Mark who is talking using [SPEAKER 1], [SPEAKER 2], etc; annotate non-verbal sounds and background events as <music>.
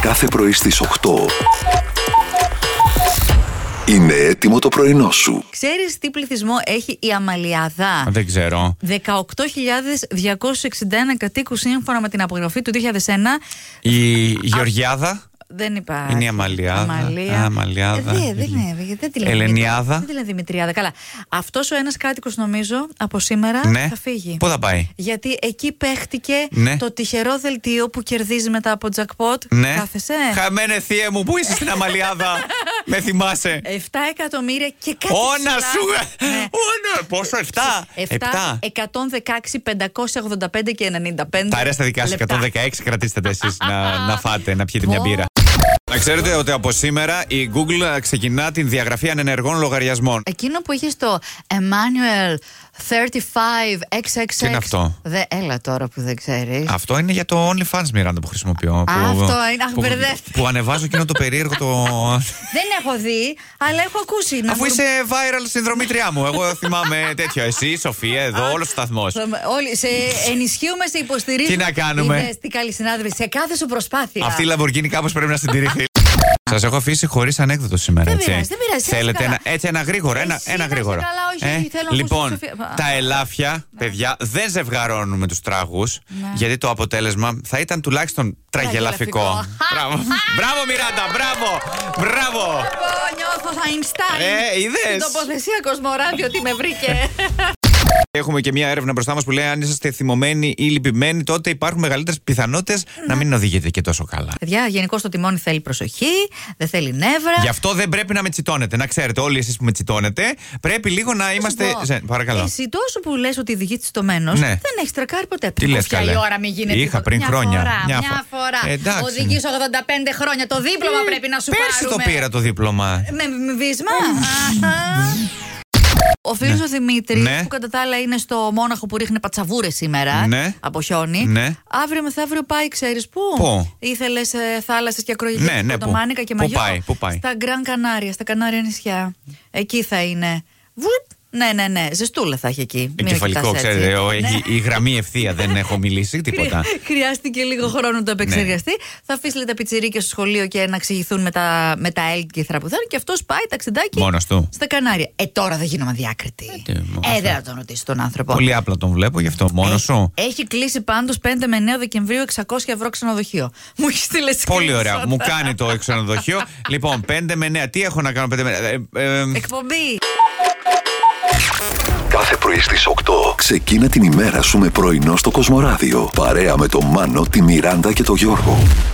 [SPEAKER 1] κάθε πρωί στις 8. Είναι έτοιμο το πρωινό σου.
[SPEAKER 2] Ξέρεις τι πληθυσμό έχει η Αμαλιαδά.
[SPEAKER 3] Δεν ξέρω.
[SPEAKER 2] 18.261 κατοίκους σύμφωνα με την απογραφή του 2001.
[SPEAKER 3] Η Γεωργιάδα.
[SPEAKER 2] Δεν υπάρχει.
[SPEAKER 3] Είναι η Αμαλιάδα.
[SPEAKER 2] Αμαλία.
[SPEAKER 3] Α, Αμαλιάδα.
[SPEAKER 2] Ε, δεν, δεν, είναι, δεν τη λένε
[SPEAKER 3] Ελενιάδα.
[SPEAKER 2] Δημητρία. Δεν τη λένε Δημητριάδα. Καλά. Αυτός ο ένας κάτοικος, νομίζω, από σήμερα
[SPEAKER 3] Ναι.
[SPEAKER 2] θα φύγει.
[SPEAKER 3] Πού θα πάει.
[SPEAKER 2] Γιατί εκεί παίχτηκε
[SPEAKER 3] Ναι.
[SPEAKER 2] το τυχερό δελτίο που κερδίζει μετά από τζακπότ.
[SPEAKER 3] Ναι.
[SPEAKER 2] Κάθεσαι.
[SPEAKER 3] Χαμένε θύε μου, πού είσαι στην Αμαλιάδα.
[SPEAKER 2] <laughs>
[SPEAKER 3] Με θυμάσαι.
[SPEAKER 2] 7 εκατομμύρια και κάτι.
[SPEAKER 3] Όνα
[SPEAKER 2] ψηλά.
[SPEAKER 3] σου.
[SPEAKER 2] Ναι.
[SPEAKER 3] Όνα. Πόσο, 7. 7.
[SPEAKER 2] 7, 116, 585 και 95.
[SPEAKER 3] Τα αρέστα δικά σας,
[SPEAKER 2] λεπτά.
[SPEAKER 3] 116 κρατήστε τα εσείς να, να φάτε, να πιείτε μια μπύρα. Να ξέρετε ότι από σήμερα η Google ε, ξεκινά την διαγραφή ανενεργών λογαριασμών.
[SPEAKER 2] Εκείνο που είχε στο Emmanuel 35XXX.
[SPEAKER 3] Τι είναι αυτό?
[SPEAKER 2] Δε, έλα τώρα που δεν ξέρεις.
[SPEAKER 3] Αυτό είναι για το OnlyFans, Μιράντα, που χρησιμοποιώ. που,
[SPEAKER 2] αυτό είναι. Αχ,
[SPEAKER 3] που,
[SPEAKER 2] μπερδεύτηκα.
[SPEAKER 3] που ανεβάζω εκείνο το περίεργο το.
[SPEAKER 2] <laughs> Δεν έχω δει, αλλά έχω ακούσει. Να
[SPEAKER 3] Αφού
[SPEAKER 2] βρω-
[SPEAKER 3] είσαι viral συνδρομήτριά μου. Εγώ θυμάμαι τέτοιο. Εσύ, η Σοφία, εδώ, όλος ο σταθμός.
[SPEAKER 2] Θα- Όλοι σε ενισχύουμε, σε υποστηρίζουμε.
[SPEAKER 3] Τι να κάνουμε?
[SPEAKER 2] Είδες τι καλή συνάδελφη, σε κάθε σου προσπάθεια.
[SPEAKER 3] Αυτή η Λαμπορκίνη κάπως πρέπει να συντηρηθεί. Σας έχω αφήσει χωρίς ανέκδοτο σήμερα.
[SPEAKER 2] Δεν
[SPEAKER 3] έτσι.
[SPEAKER 2] πειράζει, δεν πειράζει, είσαι
[SPEAKER 3] Θέλετε
[SPEAKER 2] καλά.
[SPEAKER 3] ένα, έτσι ένα γρήγορο. Ένα,
[SPEAKER 2] Εσύ
[SPEAKER 3] ένα
[SPEAKER 2] να είσαι
[SPEAKER 3] γρήγορο.
[SPEAKER 2] καλά, όχι, όχι, θέλω να
[SPEAKER 3] λοιπόν,
[SPEAKER 2] ακούσω Σοφία. Ναι.
[SPEAKER 3] τα ελάφια, παιδιά, δεν ζευγαρώνουμε τους τράγους. Γιατί το αποτέλεσμα θα ήταν τουλάχιστον τραγελαφικό.
[SPEAKER 2] Τραγελαφικό.
[SPEAKER 3] μπράβο, μπράβο, Μιράντα, μπράβο, μπράβο.
[SPEAKER 2] Πω, Λοιπόν, νιώθω θα
[SPEAKER 3] Ε, είδες.
[SPEAKER 2] Στην τοποθεσία Κοσμοράδιο τι με
[SPEAKER 3] <laughs>
[SPEAKER 2] βρήκε.
[SPEAKER 3] Έχουμε και μια έρευνα μπροστά μας που λέει: Αν είσαστε θυμωμένοι ή λυπημένοι, τότε υπάρχουν μεγαλύτερες πιθανότητες να μην οδηγείτε και τόσο καλά.
[SPEAKER 2] Παιδιά, γενικώς το τιμόνι θέλει προσοχή, δεν θέλει νεύρα.
[SPEAKER 3] Γι' αυτό δεν πρέπει να με τσιτώνετε. Να ξέρετε, όλοι εσείς που με τσιτώνετε, πρέπει λίγο να είμαστε.
[SPEAKER 2] πω.
[SPEAKER 3] ζεν. Παρακαλώ.
[SPEAKER 2] Εσύ τόσο που λες ότι οδηγείς τη στομένο,
[SPEAKER 3] Ναι.
[SPEAKER 2] δεν έχεις τρακάρει ποτέ.
[SPEAKER 3] Τι λες,
[SPEAKER 2] Ποια
[SPEAKER 3] καλέ.
[SPEAKER 2] η ώρα μη γίνεται.
[SPEAKER 3] Είχα
[SPEAKER 2] τίποτα.
[SPEAKER 3] πριν
[SPEAKER 2] μια
[SPEAKER 3] χρόνια.
[SPEAKER 2] Φορά,
[SPEAKER 3] Μια
[SPEAKER 2] μια,
[SPEAKER 3] φο-
[SPEAKER 2] φορά.
[SPEAKER 3] Εντάξει. ναι. Ε,
[SPEAKER 2] Οδηγεί 85 χρόνια. Το δίπλωμα πρέπει να σου
[SPEAKER 3] Πέρσι το
[SPEAKER 2] πάρουμε. Ε,
[SPEAKER 3] πήρα το δίπλωμα.
[SPEAKER 2] Με, με βίσμα. Αχα. Ο φίλος ο Δημήτρης,
[SPEAKER 3] Ναι.
[SPEAKER 2] που κατά τα άλλα είναι στο Μόναχο που ρίχνει πατσαβούρες σήμερα
[SPEAKER 3] Ναι.
[SPEAKER 2] από χιόνι.
[SPEAKER 3] Ναι.
[SPEAKER 2] Αύριο μεθαύριο πάει, ξέρεις πού.
[SPEAKER 3] Πού?
[SPEAKER 2] Ήθελες θάλασσες και ακρογενή.
[SPEAKER 3] Ναι, ναι, πού.
[SPEAKER 2] Κοντομάνικα και
[SPEAKER 3] Πού
[SPEAKER 2] μαγιά.
[SPEAKER 3] πάει, πού πάει?
[SPEAKER 2] Στα Γκραν Κανάρια, στα Κανάρια νησιά. Εκεί θα είναι. Βουπ. Ναι, ναι, ναι. Ζεστούλα θα έχει εκεί. Μην με
[SPEAKER 3] Εγκεφαλικό,
[SPEAKER 2] κοιτάς έτσι.
[SPEAKER 3] Ε, ξέρετε. ο-
[SPEAKER 2] Ναι.
[SPEAKER 3] έχει- Η γραμμή ευθεία δεν έχω
[SPEAKER 2] <laughs>
[SPEAKER 3] μιλήσει τίποτα.
[SPEAKER 2] Χρει- Χρειάστηκε λίγο χρόνο να
[SPEAKER 3] Ναι.
[SPEAKER 2] το επεξεργαστεί. Θα αφήσει λέει, τα πιτσιρίκια στο σχολείο και να εξηγηθούν με τα, με τα έλκυθρα που θέλουν. Και αυτός πάει ταξιντάκι
[SPEAKER 3] Μόνος του.
[SPEAKER 2] στα Κανάρια. Ε, τώρα δεν γίνομαι διάκριτη.
[SPEAKER 3] τι, μα,
[SPEAKER 2] Ε,
[SPEAKER 3] αυτό.
[SPEAKER 2] δεν θα τον ρωτήσει τον άνθρωπο.
[SPEAKER 3] Πολύ απλά τον βλέπω γι' αυτό. Μόνος
[SPEAKER 2] Ε,
[SPEAKER 3] σου.
[SPEAKER 2] Έχει κλείσει πάντως 5 με 9 Δεκεμβρίου 600 ευρώ ξενοδοχείο. Μου έχεις στείλει
[SPEAKER 3] Πολύ
[SPEAKER 2] screenshot.
[SPEAKER 3] ωραία. Μου κάνει το ξενοδοχείο. λοιπόν, 5 με 9. Τι έχω να κάνω 5 με Ε, 9.
[SPEAKER 2] Εκπομπή.
[SPEAKER 1] Κάθε πρωί στις 8. Ξεκίνα την ημέρα σου με πρωινό στο Κοσμοράδιο. Παρέα με τον Μάνο, τη Μιράντα και τον Γιώργο.